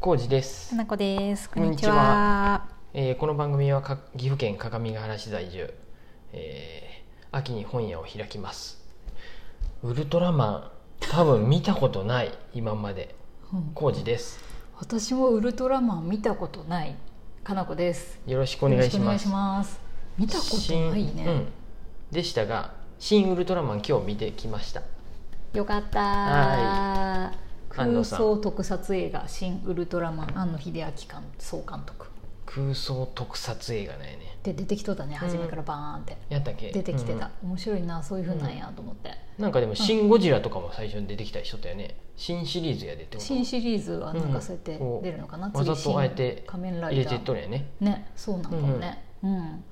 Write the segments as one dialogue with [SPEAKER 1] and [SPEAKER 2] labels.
[SPEAKER 1] 浩二です
[SPEAKER 2] か、なこです。
[SPEAKER 1] こ
[SPEAKER 2] こ
[SPEAKER 1] ん
[SPEAKER 2] ん
[SPEAKER 1] に
[SPEAKER 2] に
[SPEAKER 1] ち
[SPEAKER 2] ち
[SPEAKER 1] は
[SPEAKER 2] は。
[SPEAKER 1] えーこの番組はか岐阜県各務原市在住、えー秋に本屋を開きますウルトラマン多分見たことない今まで
[SPEAKER 2] うん
[SPEAKER 1] 浩二です
[SPEAKER 2] 私もウルトラマン見たことないかなこです。
[SPEAKER 1] よろしくお願いします
[SPEAKER 2] よろくお願いします。見たことない
[SPEAKER 1] 新う
[SPEAKER 2] ね。
[SPEAKER 1] ん、でしたが新ウルトラマン今日見てきました
[SPEAKER 2] よかった
[SPEAKER 1] は安
[SPEAKER 2] 空
[SPEAKER 1] 野さん
[SPEAKER 2] 想特撮映画新ウルトラマン庵野秀明監総監督
[SPEAKER 1] 空想特撮映画なんやね
[SPEAKER 2] で出てきとったね
[SPEAKER 1] うん
[SPEAKER 2] 初めからバーンって
[SPEAKER 1] やったっけ
[SPEAKER 2] 出てきてた
[SPEAKER 1] うん、
[SPEAKER 2] 面白いなそういうふうなんやと思って、
[SPEAKER 1] なんかでも「シン・ゴジラ」とかも最初に出てきたりしとったよね新シリーズやでってこと
[SPEAKER 2] 新シリーズはなんかそうやって
[SPEAKER 1] うん
[SPEAKER 2] 出るのかな、
[SPEAKER 1] わざとあえて
[SPEAKER 2] 新仮面ラ
[SPEAKER 1] 入れ
[SPEAKER 2] イダ
[SPEAKER 1] て
[SPEAKER 2] ー
[SPEAKER 1] っとるんやね
[SPEAKER 2] ねそうなのかもね、うん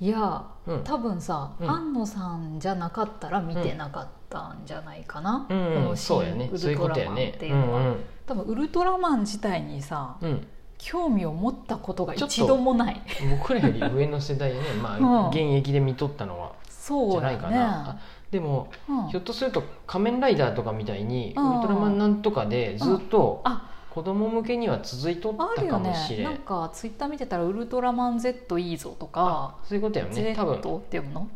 [SPEAKER 2] いやー、
[SPEAKER 1] うん
[SPEAKER 2] 多分さ、
[SPEAKER 1] うん
[SPEAKER 2] 庵野さんじゃなかったら見てなかったんじゃないかな、
[SPEAKER 1] う
[SPEAKER 2] こ
[SPEAKER 1] ん、
[SPEAKER 2] の新
[SPEAKER 1] そうやね
[SPEAKER 2] ウ
[SPEAKER 1] そうい
[SPEAKER 2] ル
[SPEAKER 1] う
[SPEAKER 2] ト
[SPEAKER 1] こと
[SPEAKER 2] ラ
[SPEAKER 1] や
[SPEAKER 2] マンっ
[SPEAKER 1] ね
[SPEAKER 2] て
[SPEAKER 1] う
[SPEAKER 2] いうのは、
[SPEAKER 1] ん
[SPEAKER 2] 多分ウルトラマン自体にさ
[SPEAKER 1] うん、
[SPEAKER 2] 興味を持ったことが
[SPEAKER 1] ちょっと
[SPEAKER 2] 一度もない
[SPEAKER 1] うん、僕らより上の世代やねまあ、
[SPEAKER 2] うん
[SPEAKER 1] 現役で見とったのはじ
[SPEAKER 2] そ
[SPEAKER 1] ゃ
[SPEAKER 2] う
[SPEAKER 1] な
[SPEAKER 2] や
[SPEAKER 1] いかな、
[SPEAKER 2] ね
[SPEAKER 1] あでも、
[SPEAKER 2] うん
[SPEAKER 1] ひょっとすると「仮面ライダー」とかみたいに「ウ
[SPEAKER 2] うん
[SPEAKER 1] ルトラマンなんとか」でずっと
[SPEAKER 2] あ
[SPEAKER 1] 子供向けには続いとっ
[SPEAKER 2] あ
[SPEAKER 1] た
[SPEAKER 2] る
[SPEAKER 1] か
[SPEAKER 2] よ
[SPEAKER 1] もし
[SPEAKER 2] ね
[SPEAKER 1] れん、
[SPEAKER 2] なんかツイッター見てたら「ウルトラマン Z いいぞ」とか
[SPEAKER 1] そういうことや
[SPEAKER 2] 「
[SPEAKER 1] よね
[SPEAKER 2] Z」
[SPEAKER 1] 多分
[SPEAKER 2] っ て読むの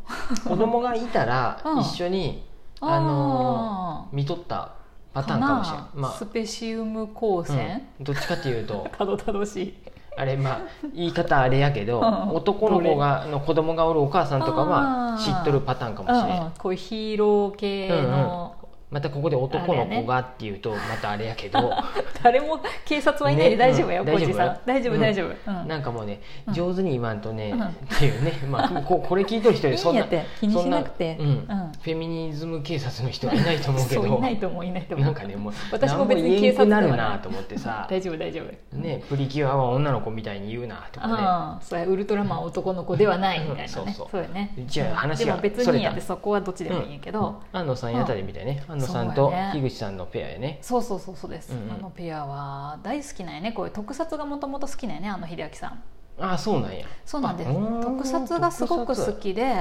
[SPEAKER 1] 子供がいたら
[SPEAKER 2] うん
[SPEAKER 1] 一緒に、あ
[SPEAKER 2] あ
[SPEAKER 1] の
[SPEAKER 2] ー
[SPEAKER 1] 見とったパターンかもしれん
[SPEAKER 2] な
[SPEAKER 1] まあ
[SPEAKER 2] スペシウム光線、
[SPEAKER 1] うんどっちかっていうと
[SPEAKER 2] たどたどしい
[SPEAKER 1] あれまあ言い方あれやけど、
[SPEAKER 2] うん
[SPEAKER 1] 男の子がの子供がおるお母さんとかは
[SPEAKER 2] あ
[SPEAKER 1] 知
[SPEAKER 2] ー
[SPEAKER 1] っとるパターンかもしれん、
[SPEAKER 2] うんうん、こういうヒーロー系の、
[SPEAKER 1] またここで男の子がっていうとまたあれやけど
[SPEAKER 2] 誰も警察はいないで
[SPEAKER 1] ね
[SPEAKER 2] 大丈夫
[SPEAKER 1] う
[SPEAKER 2] よ、
[SPEAKER 1] ん
[SPEAKER 2] コージさん
[SPEAKER 1] 大
[SPEAKER 2] 大
[SPEAKER 1] 丈夫
[SPEAKER 2] 丈夫
[SPEAKER 1] よ
[SPEAKER 2] 大丈夫、うん
[SPEAKER 1] なんかもうね
[SPEAKER 2] うん
[SPEAKER 1] 上手に言わんとね、
[SPEAKER 2] うん
[SPEAKER 1] っていうね、まあ、ここれ聞いとる人
[SPEAKER 2] い
[SPEAKER 1] でそ
[SPEAKER 2] いん
[SPEAKER 1] ん
[SPEAKER 2] や
[SPEAKER 1] な
[SPEAKER 2] って気にしなくて
[SPEAKER 1] そんなうんフェミニズム警察の人はいないと思うけ
[SPEAKER 2] そ
[SPEAKER 1] ど
[SPEAKER 2] ういないと思ういないと思う
[SPEAKER 1] なんかねもう
[SPEAKER 2] 私も別に
[SPEAKER 1] 何言え
[SPEAKER 2] 警
[SPEAKER 1] んく
[SPEAKER 2] 察で
[SPEAKER 1] な
[SPEAKER 2] はない
[SPEAKER 1] るなと思ってさ、
[SPEAKER 2] 大丈夫大丈夫、
[SPEAKER 1] ね、プリキュアは女の子みたいに言うなとかね
[SPEAKER 2] ああそうやウルトラマンは男の子ではないみたいなね、
[SPEAKER 1] うん
[SPEAKER 2] そ
[SPEAKER 1] そううそう
[SPEAKER 2] やね
[SPEAKER 1] じゃあ話が
[SPEAKER 2] でも別にやって
[SPEAKER 1] それた
[SPEAKER 2] そこはどっちでもいいんやけど、
[SPEAKER 1] 安野さんやったりみたいね安野さん
[SPEAKER 2] そ
[SPEAKER 1] と
[SPEAKER 2] うやね
[SPEAKER 1] 樋口さんのペアやね
[SPEAKER 2] そうそうそうそうです、
[SPEAKER 1] うんうん
[SPEAKER 2] あのペアは大好きなんやねこういう特撮がもともと好きなんやねあの秀明さん
[SPEAKER 1] ああそうなんや
[SPEAKER 2] そうなんです
[SPEAKER 1] あうん
[SPEAKER 2] 特撮がすごく好きで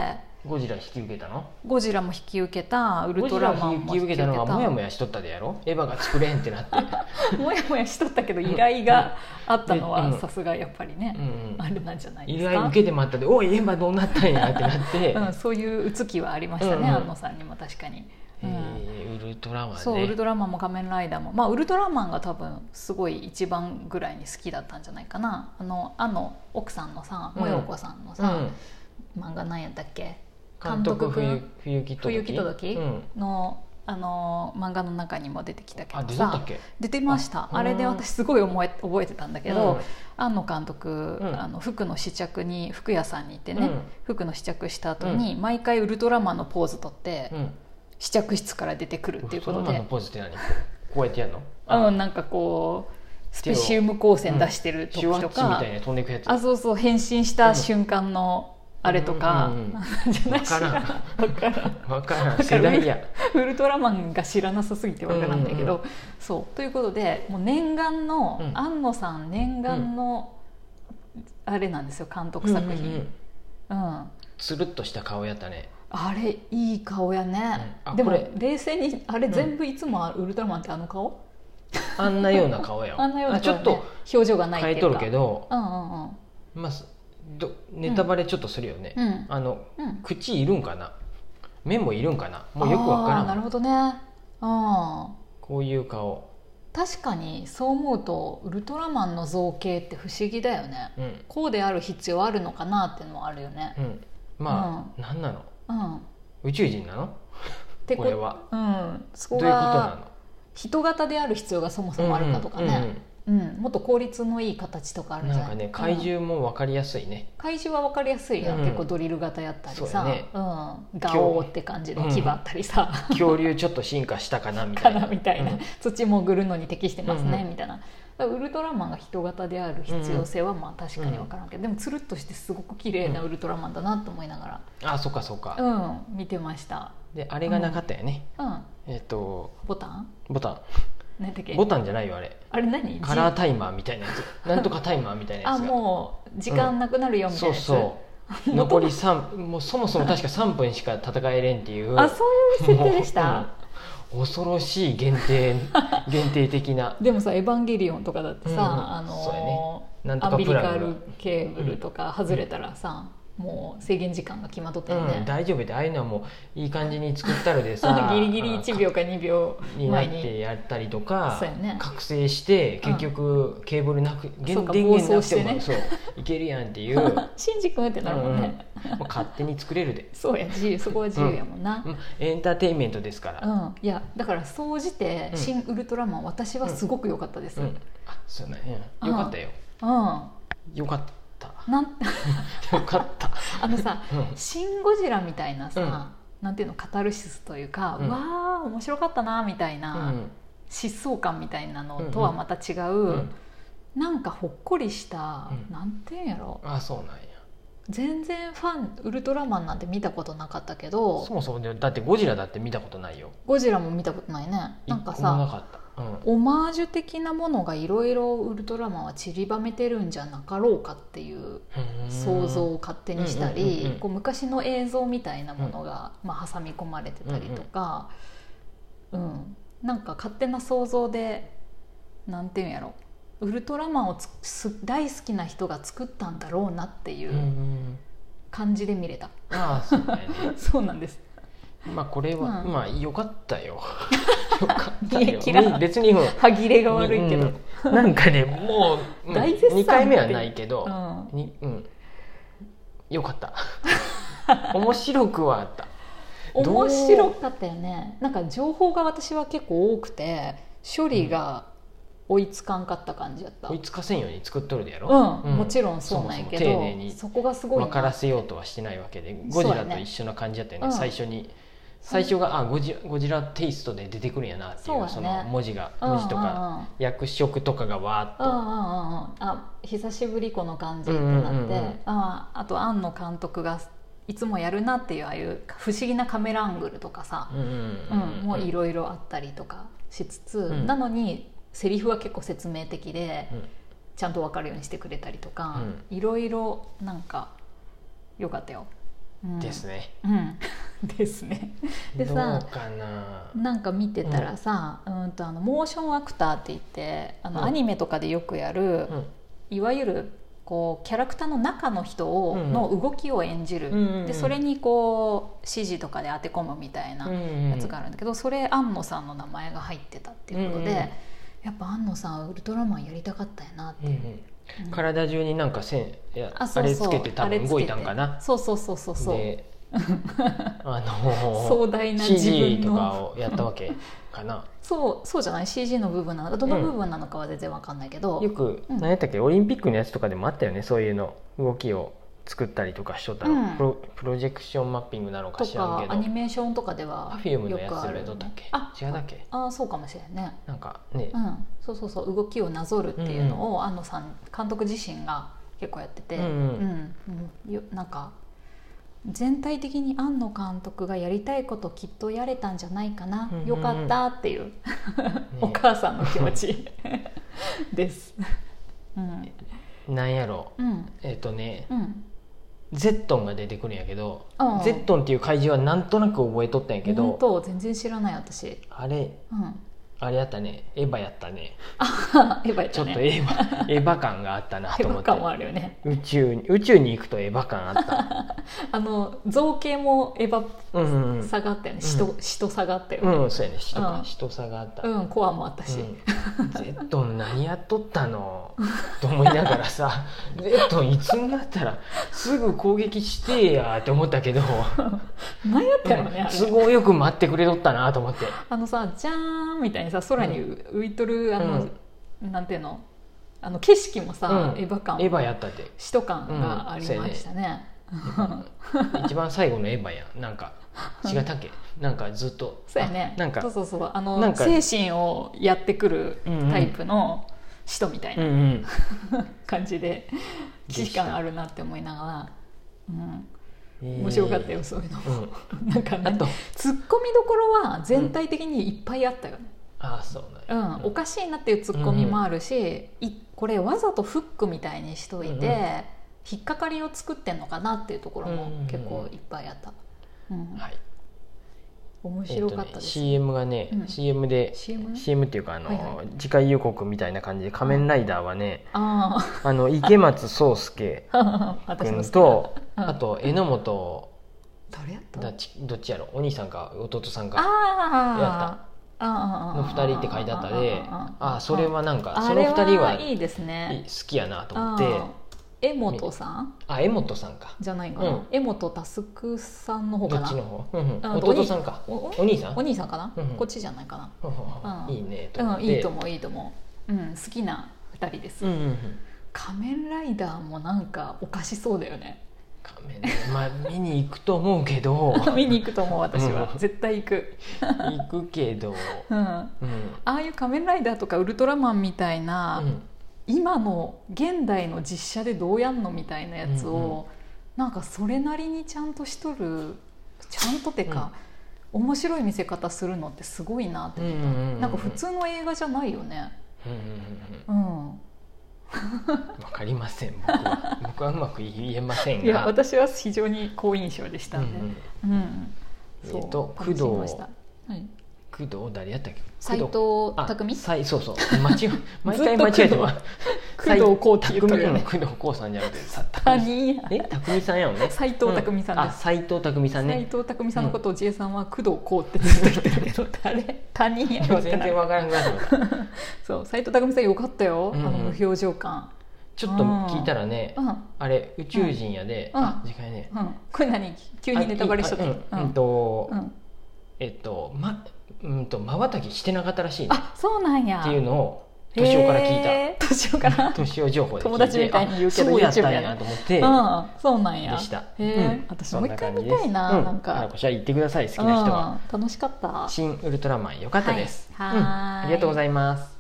[SPEAKER 1] ゴジラ引き受けたの
[SPEAKER 2] ゴジラも引き受けたウル
[SPEAKER 1] ゴ
[SPEAKER 2] ト
[SPEAKER 1] ジ
[SPEAKER 2] ラ
[SPEAKER 1] ラ
[SPEAKER 2] マン
[SPEAKER 1] 引
[SPEAKER 2] も
[SPEAKER 1] き受けたのはモヤ
[SPEAKER 2] も
[SPEAKER 1] モヤしとったでやろエヴァが作れへんって なって、
[SPEAKER 2] やもやしとったけど依頼があったの
[SPEAKER 1] うん
[SPEAKER 2] はさすがやっぱりね、
[SPEAKER 1] うん
[SPEAKER 2] あれなんじゃない
[SPEAKER 1] うん、依
[SPEAKER 2] です
[SPEAKER 1] 頼
[SPEAKER 2] か
[SPEAKER 1] 受けてもらったで「おいエヴァどうなったんや」ってなって、
[SPEAKER 2] うん、そういううつきはありましたね、
[SPEAKER 1] うんうん
[SPEAKER 2] 安野さんにも確かに、うん
[SPEAKER 1] えーウルトラマンね
[SPEAKER 2] そうウルトラマンも仮面ライダーもまあウルトラマンが多分すごい一番ぐらいに好きだったんじゃないかなあのあの奥さんのさ
[SPEAKER 1] うん
[SPEAKER 2] もよこさんの
[SPEAKER 1] う
[SPEAKER 2] さ
[SPEAKER 1] ん、
[SPEAKER 2] 漫画なんやったっけ
[SPEAKER 1] 監督
[SPEAKER 2] 君
[SPEAKER 1] 冬冬木
[SPEAKER 2] 冬木
[SPEAKER 1] 届
[SPEAKER 2] 届
[SPEAKER 1] うん、
[SPEAKER 2] のあの漫画の中にも出てきたけ
[SPEAKER 1] あ
[SPEAKER 2] ど
[SPEAKER 1] 出とった
[SPEAKER 2] さ
[SPEAKER 1] っけ
[SPEAKER 2] 出てました
[SPEAKER 1] あ
[SPEAKER 2] あれで
[SPEAKER 1] うん
[SPEAKER 2] 私すごい覚え覚えてたんだけど、
[SPEAKER 1] うん
[SPEAKER 2] 庵野監督、
[SPEAKER 1] うん
[SPEAKER 2] あの服の試着に服屋さんに行ってね、
[SPEAKER 1] うん
[SPEAKER 2] 服の試着した後に毎回ウルトラマンのポーズ取って、
[SPEAKER 1] うん、
[SPEAKER 2] 試着室から出てくるっ
[SPEAKER 1] ウ
[SPEAKER 2] てい
[SPEAKER 1] ル
[SPEAKER 2] うこ
[SPEAKER 1] トラ
[SPEAKER 2] と
[SPEAKER 1] マンの
[SPEAKER 2] で、
[SPEAKER 1] ポーズって何こうこうやってやるの
[SPEAKER 2] あなんかこうスペシウム光線出してる
[SPEAKER 1] シ
[SPEAKER 2] 時
[SPEAKER 1] ュワッ
[SPEAKER 2] と
[SPEAKER 1] チみ
[SPEAKER 2] か、
[SPEAKER 1] たいな飛んでくやつ
[SPEAKER 2] あそうそう変身した瞬間のあれとか、
[SPEAKER 1] うんうんうん
[SPEAKER 2] なん じゃない
[SPEAKER 1] わからん
[SPEAKER 2] わからん
[SPEAKER 1] わから
[SPEAKER 2] わ
[SPEAKER 1] ん
[SPEAKER 2] かる
[SPEAKER 1] 世代や
[SPEAKER 2] ウルトラマンが知らなさすぎてわからんだけど、
[SPEAKER 1] うん
[SPEAKER 2] そうということでもう念願の、
[SPEAKER 1] うん
[SPEAKER 2] 庵野さん念願の、あれなんですよ監督作品、うん
[SPEAKER 1] うんつるっとした顔やったね
[SPEAKER 2] あれいい顔やね、
[SPEAKER 1] うんあ
[SPEAKER 2] で
[SPEAKER 1] こ
[SPEAKER 2] も
[SPEAKER 1] れ
[SPEAKER 2] 冷静にあれ全部いつもあるウルトラマンってあの顔、
[SPEAKER 1] あんなような顔や
[SPEAKER 2] あんなような
[SPEAKER 1] ち
[SPEAKER 2] 顔
[SPEAKER 1] ょ
[SPEAKER 2] や
[SPEAKER 1] っ
[SPEAKER 2] ね、
[SPEAKER 1] と
[SPEAKER 2] 表情がないってい
[SPEAKER 1] 変
[SPEAKER 2] う
[SPEAKER 1] え
[SPEAKER 2] か
[SPEAKER 1] とるけど、
[SPEAKER 2] うんうんうん
[SPEAKER 1] まあ、すどネタバレちょっとするよね、
[SPEAKER 2] うん
[SPEAKER 1] あの
[SPEAKER 2] うん
[SPEAKER 1] 口いるんかな目もいるんかなもうよくわから
[SPEAKER 2] あ
[SPEAKER 1] ん
[SPEAKER 2] ーなるほどねうん
[SPEAKER 1] こういう顔、
[SPEAKER 2] 確かにそう思うとウルトラマンの造形って不思議だよね、
[SPEAKER 1] うん
[SPEAKER 2] こうである必要あるのかなっていうのはあるよね
[SPEAKER 1] う。ん、まあ、なんなの
[SPEAKER 2] うん、っ
[SPEAKER 1] 宇宙人なの
[SPEAKER 2] て
[SPEAKER 1] これは
[SPEAKER 2] うん、そ
[SPEAKER 1] どう
[SPEAKER 2] こ
[SPEAKER 1] いうことな
[SPEAKER 2] が
[SPEAKER 1] の
[SPEAKER 2] 人型である必要がそもそもあるかとかね、うんもっと効率のいい形とかあ
[SPEAKER 1] うん
[SPEAKER 2] る
[SPEAKER 1] うん
[SPEAKER 2] んじゃ
[SPEAKER 1] な
[SPEAKER 2] ない
[SPEAKER 1] んかね怪、
[SPEAKER 2] うん
[SPEAKER 1] 獣も分かりやすいね、
[SPEAKER 2] 怪獣は分かりやすいやん、
[SPEAKER 1] うん
[SPEAKER 2] 結構ドリル型やったり
[SPEAKER 1] そう
[SPEAKER 2] さ
[SPEAKER 1] やね
[SPEAKER 2] うん、ガオーって感じで牙あったりさ、
[SPEAKER 1] 恐竜ちょっと進化したかなみた
[SPEAKER 2] か
[SPEAKER 1] いな
[SPEAKER 2] なみたい
[SPEAKER 1] う
[SPEAKER 2] な、
[SPEAKER 1] ん
[SPEAKER 2] 土潜るのに適してますね、
[SPEAKER 1] うんうん
[SPEAKER 2] みたいなだからウルトラマンが人型である必要性はまあ確かに分からんけど、でもつるっとしてすごく綺麗なウルトラマンだなと思いなが、、
[SPEAKER 1] あそっかそっから
[SPEAKER 2] うん見てました、
[SPEAKER 1] であれがなかったよね、
[SPEAKER 2] うん、
[SPEAKER 1] えっ、と
[SPEAKER 2] ボタン
[SPEAKER 1] ボタ
[SPEAKER 2] 何だっけ
[SPEAKER 1] ンボタンじゃないよあれ
[SPEAKER 2] あれ何
[SPEAKER 1] カラータイマーみたいなや つなんとかタイマーみたいなや
[SPEAKER 2] あ
[SPEAKER 1] つが
[SPEAKER 2] もう時間なくなるよみたい
[SPEAKER 1] そう
[SPEAKER 2] なやつ、
[SPEAKER 1] そう 残り3もうそもそも確か3分しか戦えれんっていう
[SPEAKER 2] あそういう設定でし
[SPEAKER 1] も
[SPEAKER 2] た
[SPEAKER 1] う恐ろしい限 定限定的な
[SPEAKER 2] でもさ「エヴァンゲリオン」とかだってさ、
[SPEAKER 1] うん
[SPEAKER 2] あ
[SPEAKER 1] そうやね
[SPEAKER 2] の
[SPEAKER 1] なんと
[SPEAKER 2] アン
[SPEAKER 1] か
[SPEAKER 2] ビ
[SPEAKER 1] プ
[SPEAKER 2] リ
[SPEAKER 1] ラ
[SPEAKER 2] カル
[SPEAKER 1] グ
[SPEAKER 2] ケーブルとか外れたらさ、もう制限時間が決まっとった
[SPEAKER 1] が、
[SPEAKER 2] よ
[SPEAKER 1] うん
[SPEAKER 2] ね、
[SPEAKER 1] 大丈夫でああいうのはもういい感じに作ったるでさ
[SPEAKER 2] ギリギリ1秒か2秒
[SPEAKER 1] になっ
[SPEAKER 2] 前
[SPEAKER 1] て
[SPEAKER 2] に
[SPEAKER 1] やったりとか、
[SPEAKER 2] そうやね
[SPEAKER 1] 覚醒して結局ケーブルなく、
[SPEAKER 2] そ
[SPEAKER 1] 電
[SPEAKER 2] うか
[SPEAKER 1] 電源な
[SPEAKER 2] 暴走
[SPEAKER 1] く
[SPEAKER 2] してて
[SPEAKER 1] も
[SPEAKER 2] ね
[SPEAKER 1] そういけるやんっていう、うん
[SPEAKER 2] 「シンジ君」って なるもんね、
[SPEAKER 1] まあ勝手に作れるで、
[SPEAKER 2] そうや自由そこは自由やもんな、
[SPEAKER 1] うんエンターテインメントですから、
[SPEAKER 2] うん、いやだから総じて
[SPEAKER 1] う
[SPEAKER 2] 「
[SPEAKER 1] ん
[SPEAKER 2] 新ウルトラマン」私はすごく良かったです、
[SPEAKER 1] う
[SPEAKER 2] うん
[SPEAKER 1] ん、あそうなんやよかったよよかった
[SPEAKER 2] なん
[SPEAKER 1] よかった
[SPEAKER 2] あのさ
[SPEAKER 1] うん
[SPEAKER 2] 「シン・ゴジラ」みたいなさ、なんていうのカタルシスというか、
[SPEAKER 1] うん
[SPEAKER 2] わあ面白かったなみたいな、
[SPEAKER 1] うん
[SPEAKER 2] 疾走感みたいなのとはまた違う、
[SPEAKER 1] うん
[SPEAKER 2] なんかほっこりした、
[SPEAKER 1] うん
[SPEAKER 2] なんていうんやろ
[SPEAKER 1] あそうなんや
[SPEAKER 2] 全然ファンウルトラマンなんて見たことなかったけど
[SPEAKER 1] そもそもねだってゴジラだって見たことないよ
[SPEAKER 2] ゴジラも見たことないねなんか
[SPEAKER 1] 一個もな
[SPEAKER 2] さ
[SPEAKER 1] かった、うん、
[SPEAKER 2] オマージュ的なものがいろいろウルトラマンは散りばめてるんじゃなかろうかっていう
[SPEAKER 1] うーん
[SPEAKER 2] 想像を勝手にした
[SPEAKER 1] うんうんうんう
[SPEAKER 2] り
[SPEAKER 1] ん
[SPEAKER 2] こう昔の映像みたいなものが、まあ、挟み込まれてたりとか、うんなんか勝手な想像でなんていうんやろウルトラマンをつす大好きな人が作ったんだろうなってい
[SPEAKER 1] うんう
[SPEAKER 2] うん感じで見れた、
[SPEAKER 1] ああそうだよね
[SPEAKER 2] そうなんです
[SPEAKER 1] まあこれは、
[SPEAKER 2] うん
[SPEAKER 1] まあよかったよよかった
[SPEAKER 2] 見え切らん
[SPEAKER 1] よ別にうん
[SPEAKER 2] 歯切れが悪いけど、
[SPEAKER 1] うんなんかねもう、
[SPEAKER 2] 大絶賛
[SPEAKER 1] 2回目はないけど、
[SPEAKER 2] うん
[SPEAKER 1] にうん、よかった面白くはあったどう
[SPEAKER 2] 面白かったよねなんか情報が私は結構多くて処理が追いつかんかった感じやった、
[SPEAKER 1] 追いつかせんように作っとるでやろ、
[SPEAKER 2] うん、もちろんそうなんやけど
[SPEAKER 1] そも
[SPEAKER 2] そ
[SPEAKER 1] そも丁寧に
[SPEAKER 2] こがすごいな
[SPEAKER 1] 分からせようとはしてないわけでゴジラと一緒な感じだったよね
[SPEAKER 2] そうやね
[SPEAKER 1] 最初に最初があゴジラゴジラテイストで出てくるんやなっていう
[SPEAKER 2] そうやね
[SPEAKER 1] その文字が
[SPEAKER 2] うんうん
[SPEAKER 1] 文字とか役職とかがわ
[SPEAKER 2] うんうんうんうん
[SPEAKER 1] ーっ
[SPEAKER 2] あ久しぶりこの感じってなって、
[SPEAKER 1] うんうんうんうん
[SPEAKER 2] ああと庵野監督がいつもやるなっていうああいう不思議なカメラアングルとかさ
[SPEAKER 1] と、うん
[SPEAKER 2] うんもうい
[SPEAKER 1] 色
[SPEAKER 2] ろいろあったりとかしつつ、
[SPEAKER 1] ん
[SPEAKER 2] なのにセリフは結構説明的で、ちゃんと分かるようにしてくれたりとか、いろいろなんかよかったよ。うん
[SPEAKER 1] ですね
[SPEAKER 2] うん、 ですね。で
[SPEAKER 1] どう
[SPEAKER 2] さ
[SPEAKER 1] かな
[SPEAKER 2] なんか見てたらさ、うん、とあのモーションアクターって言ってあの、
[SPEAKER 1] うん
[SPEAKER 2] アニメとかでよくやる、
[SPEAKER 1] うん
[SPEAKER 2] いわゆるこうキャラクターの中の人を、
[SPEAKER 1] うん
[SPEAKER 2] の動きを演じる、
[SPEAKER 1] うんうんうん
[SPEAKER 2] でそれにこう指示とかで当て込むみたいなやつがあるんだけど、それ庵野さんの名前が入ってたっていうことで、
[SPEAKER 1] うんうん
[SPEAKER 2] やっぱ庵野さんウルトラマンやりたかったよなって、
[SPEAKER 1] うんうん
[SPEAKER 2] うん
[SPEAKER 1] 体中になんか線いや
[SPEAKER 2] あ
[SPEAKER 1] あ
[SPEAKER 2] そう
[SPEAKER 1] れ
[SPEAKER 2] そう
[SPEAKER 1] つけて多
[SPEAKER 2] あれ
[SPEAKER 1] 分
[SPEAKER 2] つけて
[SPEAKER 1] 動いたんかな
[SPEAKER 2] そうそうそうそうそう
[SPEAKER 1] で あの
[SPEAKER 2] 壮大な自
[SPEAKER 1] CG
[SPEAKER 2] 分
[SPEAKER 1] とか
[SPEAKER 2] の
[SPEAKER 1] をやったわけかな
[SPEAKER 2] そうそうじゃない CG の部分なのかどの部分なのかは全然わかんないけど、
[SPEAKER 1] よく
[SPEAKER 2] うん
[SPEAKER 1] 何やったっけオリンピックのやつとかでもあったよねそういうの動きを作ったりとかしとったの、
[SPEAKER 2] うん
[SPEAKER 1] プロプロジェクションマッピングなのか
[SPEAKER 2] と
[SPEAKER 1] 知らん
[SPEAKER 2] か
[SPEAKER 1] け
[SPEAKER 2] アニ
[SPEAKER 1] ど
[SPEAKER 2] メーションとかで
[SPEAKER 1] パ
[SPEAKER 2] は
[SPEAKER 1] フューム
[SPEAKER 2] よ
[SPEAKER 1] のや
[SPEAKER 2] く
[SPEAKER 1] つ
[SPEAKER 2] あ
[SPEAKER 1] で
[SPEAKER 2] る
[SPEAKER 1] どうだっけ
[SPEAKER 2] あ
[SPEAKER 1] 違うだっけ
[SPEAKER 2] あそうかもしれないね、
[SPEAKER 1] なんかね
[SPEAKER 2] う、ん、そうそうそう動きをなぞるっていうのを、安野さん監督自身が結構やってて、
[SPEAKER 1] うん
[SPEAKER 2] うんうんよなんか全体的に安野監督がやりたいこときっとやれたんじゃないかな、
[SPEAKER 1] うんうんうん
[SPEAKER 2] よかったっていう、お
[SPEAKER 1] ね
[SPEAKER 2] 母さんの気持 ちです。うん
[SPEAKER 1] なんやろ
[SPEAKER 2] うん
[SPEAKER 1] えっ、とね
[SPEAKER 2] うん
[SPEAKER 1] ゼットンが出てくるんやけど、
[SPEAKER 2] うん
[SPEAKER 1] ゼットンっていう怪獣はなんとなく覚えとったんやけ
[SPEAKER 2] 本
[SPEAKER 1] ど
[SPEAKER 2] 当全然知らない私、
[SPEAKER 1] あれ
[SPEAKER 2] うん、
[SPEAKER 1] あれやったねエヴァやったね
[SPEAKER 2] エヴァや
[SPEAKER 1] ちょっと
[SPEAKER 2] ね
[SPEAKER 1] エヴ ァエヴァ感があったな
[SPEAKER 2] エ
[SPEAKER 1] と
[SPEAKER 2] ヴ
[SPEAKER 1] 思っ
[SPEAKER 2] ァ
[SPEAKER 1] て
[SPEAKER 2] 感もあるよね
[SPEAKER 1] 宇宙に宇宙に行くとエヴァ感あ った、
[SPEAKER 2] あの造形もエヴ
[SPEAKER 1] うんうんう
[SPEAKER 2] ァ
[SPEAKER 1] ん
[SPEAKER 2] さがあったよね、しとしとさがあったよね
[SPEAKER 1] うん、そうやね人か、
[SPEAKER 2] うん
[SPEAKER 1] 人差があった、
[SPEAKER 2] うん、コアもあったし、
[SPEAKER 1] うん、ゼットン何やっとったのと思いながらさゼットンいつになったらすぐ攻撃してやって思ったけど
[SPEAKER 2] 何やったよねあ
[SPEAKER 1] 都
[SPEAKER 2] れ
[SPEAKER 1] 合よく待ってくれとったなと思って
[SPEAKER 2] あのさじゃーんみたいにさ空にう浮いとるあの、なんていうのあの景色もさ、
[SPEAKER 1] うん
[SPEAKER 2] エヴァ感
[SPEAKER 1] エヴァやった って
[SPEAKER 2] 使徒感がありましたね,、
[SPEAKER 1] 一番最後のエヴァやんなんか違ったっけなんかずっと
[SPEAKER 2] そうやね
[SPEAKER 1] あなんか
[SPEAKER 2] そうそうそうあの
[SPEAKER 1] なんか
[SPEAKER 2] 精神をやってくるタイプの使徒みたい
[SPEAKER 1] うん
[SPEAKER 2] な
[SPEAKER 1] うん
[SPEAKER 2] 感じで
[SPEAKER 1] で
[SPEAKER 2] 危
[SPEAKER 1] した
[SPEAKER 2] 機感あるなって思いながら、うん、
[SPEAKER 1] えー
[SPEAKER 2] 面白かったよ、そういうのも
[SPEAKER 1] う。ん
[SPEAKER 2] なんか
[SPEAKER 1] あ
[SPEAKER 2] ね
[SPEAKER 1] と
[SPEAKER 2] ツッコミどころは全体的にいっぱいあったよね、
[SPEAKER 1] ああそう
[SPEAKER 2] う
[SPEAKER 1] なんや
[SPEAKER 2] んおかしいなっていうツッコミもあるし、いこれわざとフックみたいにしといて、
[SPEAKER 1] うんうん
[SPEAKER 2] 引っかかりを作ってんのかなっていうところも結構いっぱいあった、うん
[SPEAKER 1] はい
[SPEAKER 2] 面
[SPEAKER 1] えっ
[SPEAKER 2] 白
[SPEAKER 1] と
[SPEAKER 2] か
[SPEAKER 1] ね
[SPEAKER 2] ったです、
[SPEAKER 1] CM がね、
[SPEAKER 2] うん
[SPEAKER 1] CM で
[SPEAKER 2] CM?
[SPEAKER 1] CM っていうかあの、
[SPEAKER 2] はいは
[SPEAKER 1] 次回予告みたいな感じで「仮面ライダー」はね、
[SPEAKER 2] あ
[SPEAKER 1] あの池松壮亮
[SPEAKER 2] あ 私の好
[SPEAKER 1] 君
[SPEAKER 2] きなど
[SPEAKER 1] と、
[SPEAKER 2] うん
[SPEAKER 1] あと榎本
[SPEAKER 2] れやった
[SPEAKER 1] だちどっちやろお兄さんか弟さんか
[SPEAKER 2] あああ
[SPEAKER 1] の2人って書いてあったでああそれはなんか
[SPEAKER 2] あ
[SPEAKER 1] その
[SPEAKER 2] れ
[SPEAKER 1] 2人はい
[SPEAKER 2] いです
[SPEAKER 1] いい
[SPEAKER 2] ね
[SPEAKER 1] 好きやなと思って
[SPEAKER 2] あー江本さん
[SPEAKER 1] あ榎本さんか
[SPEAKER 2] じゃないか
[SPEAKER 1] う
[SPEAKER 2] なん江本佑さんの方
[SPEAKER 1] ど
[SPEAKER 2] か
[SPEAKER 1] っちの
[SPEAKER 2] な
[SPEAKER 1] 方、うんうん
[SPEAKER 2] あ
[SPEAKER 1] 弟さんか
[SPEAKER 2] おお
[SPEAKER 1] お兄さん
[SPEAKER 2] お兄さんかな
[SPEAKER 1] うんうん
[SPEAKER 2] こっちじゃないか
[SPEAKER 1] ほうほうほう
[SPEAKER 2] うん
[SPEAKER 1] いいねと思
[SPEAKER 2] な
[SPEAKER 1] っ
[SPEAKER 2] うん
[SPEAKER 1] て
[SPEAKER 2] いいと思ういいと思ううん好きな2人です
[SPEAKER 1] うんうんうん
[SPEAKER 2] 仮面ライダーもなんかおかしそうだよね
[SPEAKER 1] 仮面まあ見に行くと思うけど
[SPEAKER 2] 見に行くと思う私は
[SPEAKER 1] うん
[SPEAKER 2] 絶対行く
[SPEAKER 1] 行くけど
[SPEAKER 2] うんあ
[SPEAKER 1] うん
[SPEAKER 2] あいう仮面ライダーとかウルトラマンみたいな
[SPEAKER 1] うん
[SPEAKER 2] 今の現代の実写でどうやんのみたいなやつを、
[SPEAKER 1] うんう
[SPEAKER 2] なんかそれなりにちゃんとしとるちゃんとてか、面白い見せ方するのってすごいなって、
[SPEAKER 1] うんうんうん
[SPEAKER 2] なんか普通の映画じゃないよね
[SPEAKER 1] うんうんうん
[SPEAKER 2] うん
[SPEAKER 1] うんわかりません僕は僕はうまく言えませんが
[SPEAKER 2] いや私は非常に好印象でしたんで、
[SPEAKER 1] う
[SPEAKER 2] うん
[SPEAKER 1] うんん
[SPEAKER 2] そう
[SPEAKER 1] えっと
[SPEAKER 2] 楽しみましたはい
[SPEAKER 1] 工藤誰やったっけ
[SPEAKER 2] 斎藤
[SPEAKER 1] 工あ
[SPEAKER 2] 匠
[SPEAKER 1] さいそうそう間違う毎回
[SPEAKER 2] ず
[SPEAKER 1] 間
[SPEAKER 2] っと工藤
[SPEAKER 1] 違えてます斎
[SPEAKER 2] 工藤浩って言っとるよ
[SPEAKER 1] 匠
[SPEAKER 2] ね
[SPEAKER 1] 工藤浩さんじゃなくてさ
[SPEAKER 2] 他
[SPEAKER 1] 匠
[SPEAKER 2] 人
[SPEAKER 1] え匠さんやもんね
[SPEAKER 2] 斎藤匠さん
[SPEAKER 1] あ
[SPEAKER 2] です
[SPEAKER 1] 斎藤匠さん
[SPEAKER 2] 斎
[SPEAKER 1] ね
[SPEAKER 2] 藤匠さんのことを J さんは工藤浩ってずっと言ってるけど誰他人や
[SPEAKER 1] 全
[SPEAKER 2] ろってなる
[SPEAKER 1] 然わからんくなってきた
[SPEAKER 2] そう斎藤工さんよかったよ、
[SPEAKER 1] うんうん
[SPEAKER 2] あの無表情感
[SPEAKER 1] ちょっと聞いたらね
[SPEAKER 2] うんうん
[SPEAKER 1] あれ宇宙人やで
[SPEAKER 2] うん
[SPEAKER 1] あ次回ね
[SPEAKER 2] これ何急にネタバレしとった
[SPEAKER 1] あいいあうんうんと
[SPEAKER 2] うん
[SPEAKER 1] えっとまうんと瞬きしてなかったらしいね
[SPEAKER 2] あそうなんや
[SPEAKER 1] っていうのを年をから聞いた
[SPEAKER 2] た年男から
[SPEAKER 1] 年を情報で聞いて
[SPEAKER 2] 友達みたいに言うけど
[SPEAKER 1] あそうやったん
[SPEAKER 2] YouTube や
[SPEAKER 1] や
[SPEAKER 2] な
[SPEAKER 1] と思って
[SPEAKER 2] うんそうなんや
[SPEAKER 1] でした
[SPEAKER 2] へえ、私もう一回見たいななんか、
[SPEAKER 1] こちら行ってください好きな人は
[SPEAKER 2] うん楽しかった
[SPEAKER 1] 新ウルトラマン良かったです
[SPEAKER 2] はいはーい
[SPEAKER 1] うんありがとうございます